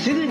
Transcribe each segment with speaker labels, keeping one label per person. Speaker 1: 役立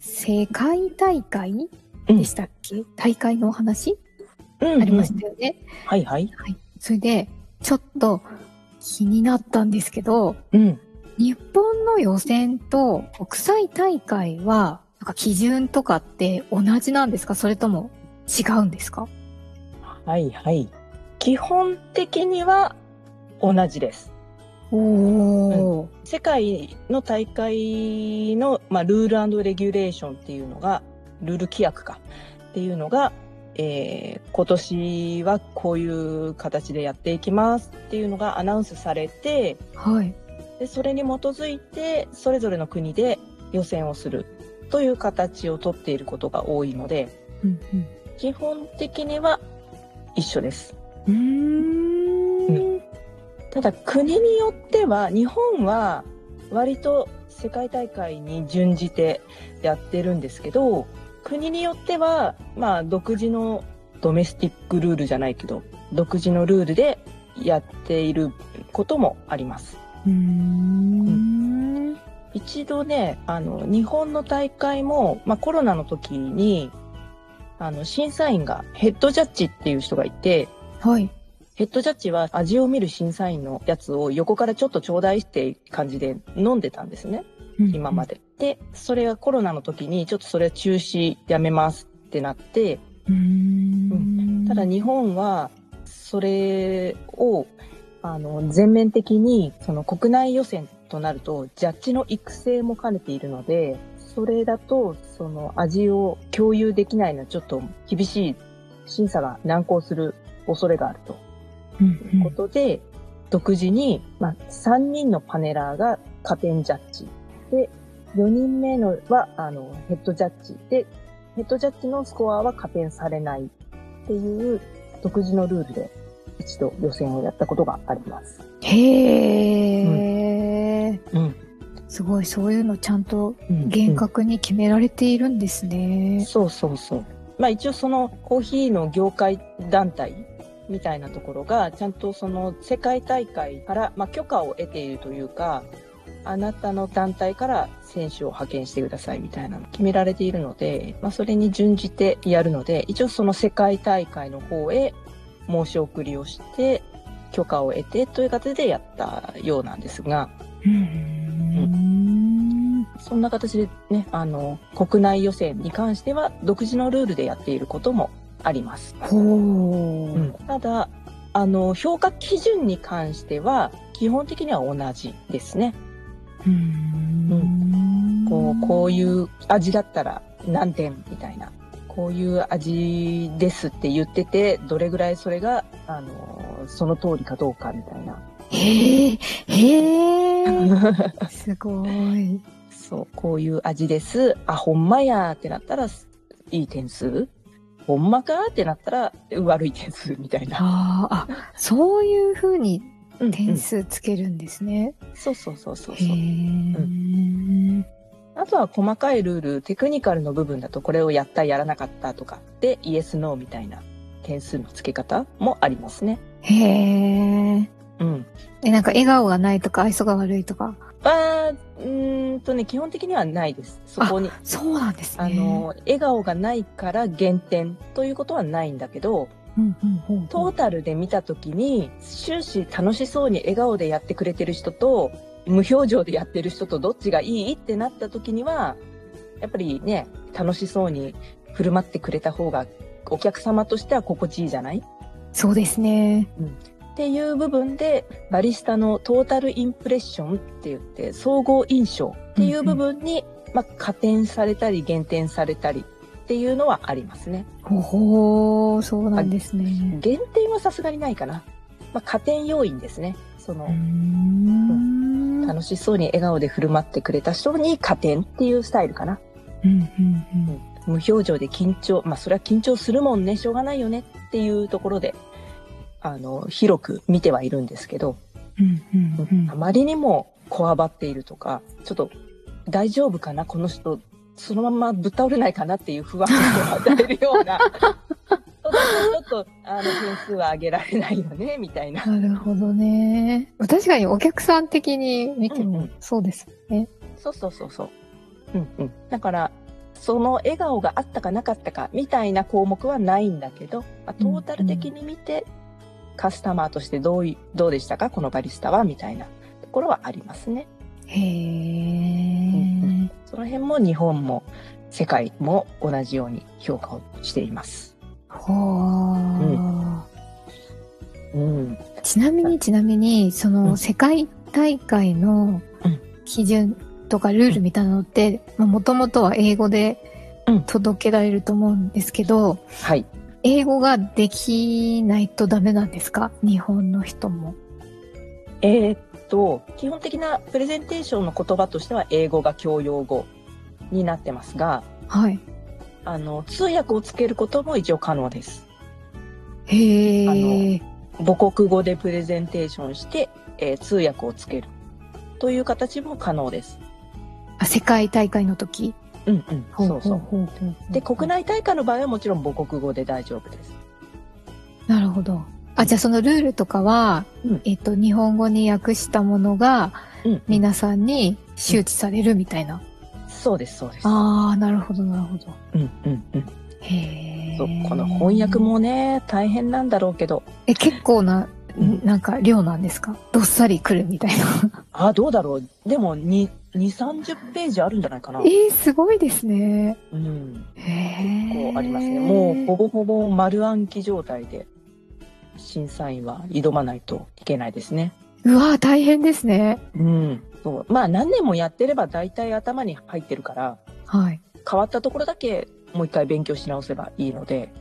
Speaker 2: 世界大会
Speaker 3: うん
Speaker 2: でしたっけ、大会のお話
Speaker 3: うん
Speaker 2: ありましたよね。
Speaker 3: はいはい。
Speaker 2: それで、ちょっと気になったんですけど、
Speaker 3: うん。
Speaker 2: 日本の予選と国際大会は、なんか基準とかって同じなんですかそれとも違うんですか
Speaker 3: はいはい。基本的には同じです。
Speaker 2: おー。
Speaker 3: 世界の大会の、まあ、ルールレギュレーションっていうのが、ルール規約かっていうのが、えー今年はこういう形でやっていきますっていうのがアナウンスされて、
Speaker 2: はい。
Speaker 3: でそれに基づいてそれぞれの国で予選をするという形をとっていることが多いので、
Speaker 2: うん
Speaker 3: 基本的には一緒です。
Speaker 2: うん。うーん。
Speaker 3: ただ国によっては日本は割と世界大会に準じてやってるんですけど国によってはまあ独自のドメスティックルールじゃないけど独自のルールでやっていることもあります。
Speaker 2: うーん。
Speaker 3: 一度ねあの日本の大会も、まあ、コロナの時にあの審査員がヘッドジャッジっていう人がいて、
Speaker 2: はい。
Speaker 3: ヘッドジャッジは味を見る審査員のやつを横からちょっとちょうだいって感じで飲んでたんですね、今ま
Speaker 2: で。
Speaker 3: で。で、それがコロナの時にちょっとそれは中止やめますってなって、
Speaker 2: うーん。
Speaker 3: ただ日本はそれをあの全面的にその国内予選となるとジャッジの育成も兼ねているので、それだとその味を共有できないのはちょっと厳しい審査が難航する恐れがあると。
Speaker 2: うん
Speaker 3: ことで、独自に、まあ、3人のパネラーが加点ジャッジ。で、4人目のは、あの、ヘッドジャッジ。で、ヘッドジャッジのスコアは加点されないっていう独自のルールで一度予選をやったことがあります。
Speaker 2: うんへー。
Speaker 3: うん。
Speaker 2: すごい、そういうのちゃんと
Speaker 3: うん
Speaker 2: 厳格に決められているんですね。
Speaker 3: そうそうそう。まあ一応そのコーヒーの業界団体みたいなところが、ちゃんとその世界大会から、まあ、許可を得ているというか、あなたの団体から選手を派遣してくださいみたいなの決められているので、まあ、それに準じてやるので、一応その世界大会の方へ申し送りをして、許可を得てという形でやったようなんですが、
Speaker 2: うーん。
Speaker 3: そんな形でね、あの、国内予選に関しては独自のルールでやっていることもあります。
Speaker 2: ほう。
Speaker 3: ただ、あの、評価基準に関しては、基本的には同じですね。
Speaker 2: うん。
Speaker 3: こう、こういうう味だったら何点みたいな。こういう味ですって言ってて、どれぐらいそれが、あの、その通りかどうかみたいな。
Speaker 2: へえ、へ え、すごい。
Speaker 3: そう、こういう味です。あ、ほんまやーってなったら、いい点数。ほんまかーってなったら、悪い点数みたいな。
Speaker 2: あーあ、そういうふうに
Speaker 3: うん
Speaker 2: 点数つけるんですね。
Speaker 3: うんそうそうそうそう
Speaker 2: へ
Speaker 3: そう。
Speaker 2: え。
Speaker 3: あとは細かいルール、テクニカルの部分だとこれをやった、やらなかったとかで、イエス、ノーみたいな点数の付け方もありますね。
Speaker 2: へえ。
Speaker 3: うん。
Speaker 2: え、なんか笑顔がないとか愛想が悪いとか。
Speaker 3: あーうーんとね、基本的にはないです。そこに。
Speaker 2: そうなんですね。
Speaker 3: あの、笑顔がないから減点ということはないんだけど、
Speaker 2: うんうんうんうん、
Speaker 3: トータルで見たときに、終始楽しそうに笑顔でやってくれてる人と、無表情でやってる人とどっちがいいってなったときには、やっぱりね、楽しそうに振る舞ってくれた方が、お客様としては心地いいじゃない
Speaker 2: そうですね。
Speaker 3: っていう部分でバリスタのトータルインプレッションって言って総合印象っていう部分に、まあ、加点されたり減点されたりっていうのはありますね。
Speaker 2: ほほー、そうなんですね。
Speaker 3: 減点はさすがにないかな。まあ、加点要因ですね。そうの
Speaker 2: ーん。
Speaker 3: 楽しそうに笑顔で振る舞ってくれた人に加点っていうスタイルかな。
Speaker 2: うんうん
Speaker 3: 無表情で緊張、まあそれは緊張するもんね、しょうがないよねっていうところで、あの、広く見てはいるんですけど、
Speaker 2: うんうんうんうん
Speaker 3: あまりにもこわばっているとか、ちょっと大丈夫かな、この人、そのままぶっ倒れないかなっていう不安を与えるような、そうだとちょっと、あの、点数は上げられないよね、みたいな。
Speaker 2: なるほどね。確かにお客さん的に見て
Speaker 3: うんう
Speaker 2: も
Speaker 3: ん
Speaker 2: そうですね。
Speaker 3: そうそうそうそう。うんうん。だから、その笑顔があったかなかったかみたいな項目はないんだけど、まあ、トータル的に見て、カスタマーとしてどうい、どうでしたかこのバリスタはみたいなところはありますね。
Speaker 2: へ
Speaker 3: ん
Speaker 2: え。
Speaker 3: その辺も日本も世界も同じように評価をしています。
Speaker 2: ほー。
Speaker 3: うん。
Speaker 2: ちなみにちなみに、そうの
Speaker 3: ん
Speaker 2: 世界大会の
Speaker 3: うん
Speaker 2: 基準とかルールみたいなのって、もともとは英語で
Speaker 3: うん
Speaker 2: 届けられると思うんですけど、
Speaker 3: はい。
Speaker 2: 英語ができないとダメなんですか日本の人も。
Speaker 3: えーっと、基本的なプレゼンテーションの言葉としては英語が教養語になってますが、
Speaker 2: はい。
Speaker 3: あの、通訳をつけることも一応可能です。
Speaker 2: へえ。
Speaker 3: 母国語でプレゼンテーションして、えー通訳をつけるという形も可能です。
Speaker 2: あ、世界大会の時。
Speaker 3: うんうん、そ
Speaker 2: ほう
Speaker 3: うそう。
Speaker 2: ほうほう
Speaker 3: で、国。内大会の場合はもちろん母国語で大丈夫です。
Speaker 2: なるほど。あ、じゃあそのルールとかは、
Speaker 3: うん
Speaker 2: えっと、日本語に訳したものが
Speaker 3: うん、
Speaker 2: 皆さんに周知されるみたいな。
Speaker 3: そうです、そうです。
Speaker 2: ああ、なるほど、なるほど。
Speaker 3: うんうんうん。
Speaker 2: へえ。
Speaker 3: そうこの翻訳。もね、大変なんだろうけど、
Speaker 2: え、結構な、
Speaker 3: うん
Speaker 2: なんか量なんですかどっさり来るみたいな。。
Speaker 3: あ、どうだろう。でも、に2、30ページあるんじゃないかな
Speaker 2: えー、すごいですね。
Speaker 3: うん。
Speaker 2: へえ。
Speaker 3: こうありますね。もう、ほぼほぼ丸暗記状態で、審査員は挑まないといけないですね。
Speaker 2: うわー大変ですね。
Speaker 3: うん、そうまあ何年もやってれば大体頭に入ってるから
Speaker 2: はい。
Speaker 3: 変わったところだけもう一回勉強し直せばいいので、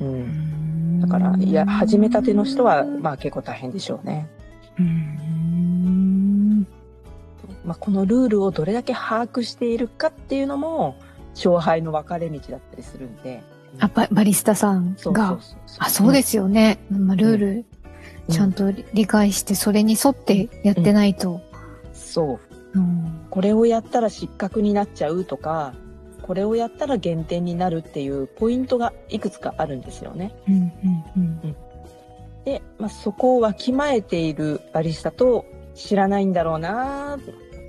Speaker 3: うん、だからいや始めたての人はまあ結構大変でしょうね、
Speaker 2: うーん
Speaker 3: まあ、このルールをどれだけ把握しているかっていうのも勝敗の分かれ道だったりするんで
Speaker 2: あババリスタさん
Speaker 3: そうそう
Speaker 2: が。
Speaker 3: そうそう
Speaker 2: あ、そうですよね。まあ、ルール
Speaker 3: うん
Speaker 2: ちゃんと理理解して、それに沿ってやってないと。
Speaker 3: そう
Speaker 2: うん
Speaker 3: これをやったら失格になっちゃうとかこれをやったら減点になるっていうポイントがいくつかあるんですよね
Speaker 2: うんうん
Speaker 3: で、まあ、そこをわきまえているバリスタと知らないんだろうなっ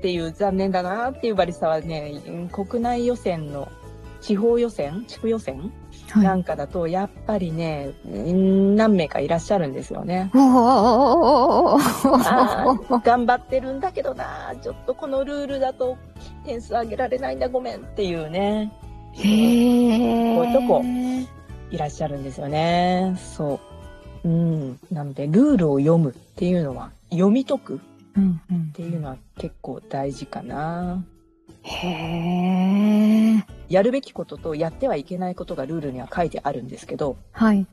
Speaker 3: ていう残念だなっていうバリスタはねうん国内予選の地方予選地区予選
Speaker 2: うん。
Speaker 3: な
Speaker 2: はい。。
Speaker 3: んかだとやっぱりね、うん何名かいらっしゃるんですよね
Speaker 2: おー
Speaker 3: あー頑張ってるんだけどなちょっとこのルールだと点数上げられないんだごめんっていうね
Speaker 2: へえ。
Speaker 3: こういうとこいらっしゃるんですよねそううんなのでルールを読むっていうのは読み解く
Speaker 2: うんうん
Speaker 3: っていうのは結構大事かな。
Speaker 2: へえ。
Speaker 3: やるべきこととやってはいけないことがルールには書いてあるんですけど、
Speaker 2: はい。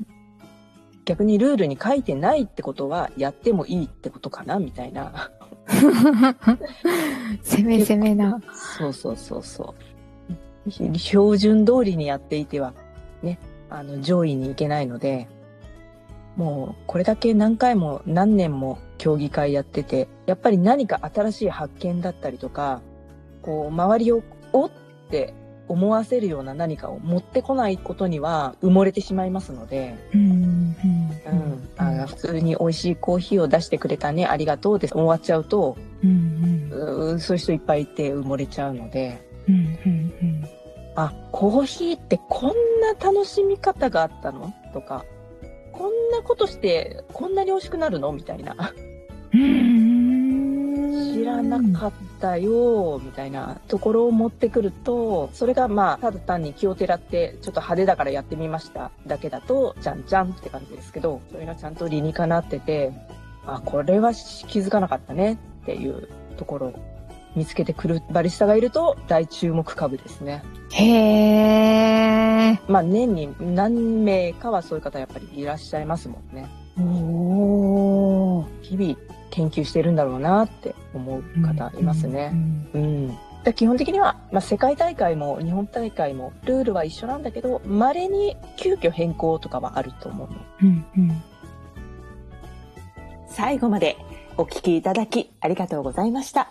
Speaker 3: 逆にルールに書いてないってことはやってもいいってことかなみたいな。
Speaker 2: 攻め攻めな。
Speaker 3: そうそうそうそう。ひ標準通りにやっていてはね、あの上位に行けないので、もうこれだけ何回も何年も競技会やってて、やっぱり何か新しい発見だったりとか、こう周りをおって思わせるような何かを持ってこないことには埋もれてしまいますので、
Speaker 2: うんうん
Speaker 3: うん、あ普通に美味しいコーヒーを出してくれたねありがとうで終わっちゃうと
Speaker 2: うんうん
Speaker 3: うーそういう人いっぱいいて埋もれちゃうので
Speaker 2: うんうんうん。
Speaker 3: あコーヒーってこんな楽しみ方があったのとかこんなことしてこんなに美味しくなるのみたいな知
Speaker 2: 知
Speaker 3: らなかっだよみたいなところを持ってくるとそれがまあただ単に気をてらってちょっと派手だからやってみましただけだとじゃんじゃんって感じですけどそれがちゃんと理にかなっててあこれは気づかなかったねっていうところを見つけてくるバリスタがいると大注目株ですね。
Speaker 2: へー。
Speaker 3: まあ年に何名かはそういう方やっぱりいらっしゃいますもんね。
Speaker 2: おー。
Speaker 3: 日々研究してるんだろうなって思う方いますね。うん。だ基本的には、まあ、世界大会も日本大会もルールは一緒なんだけど、稀に急遽変更とかはあると思うの。
Speaker 2: うんうん。
Speaker 1: 最後までお聞きいただきありがとうございました。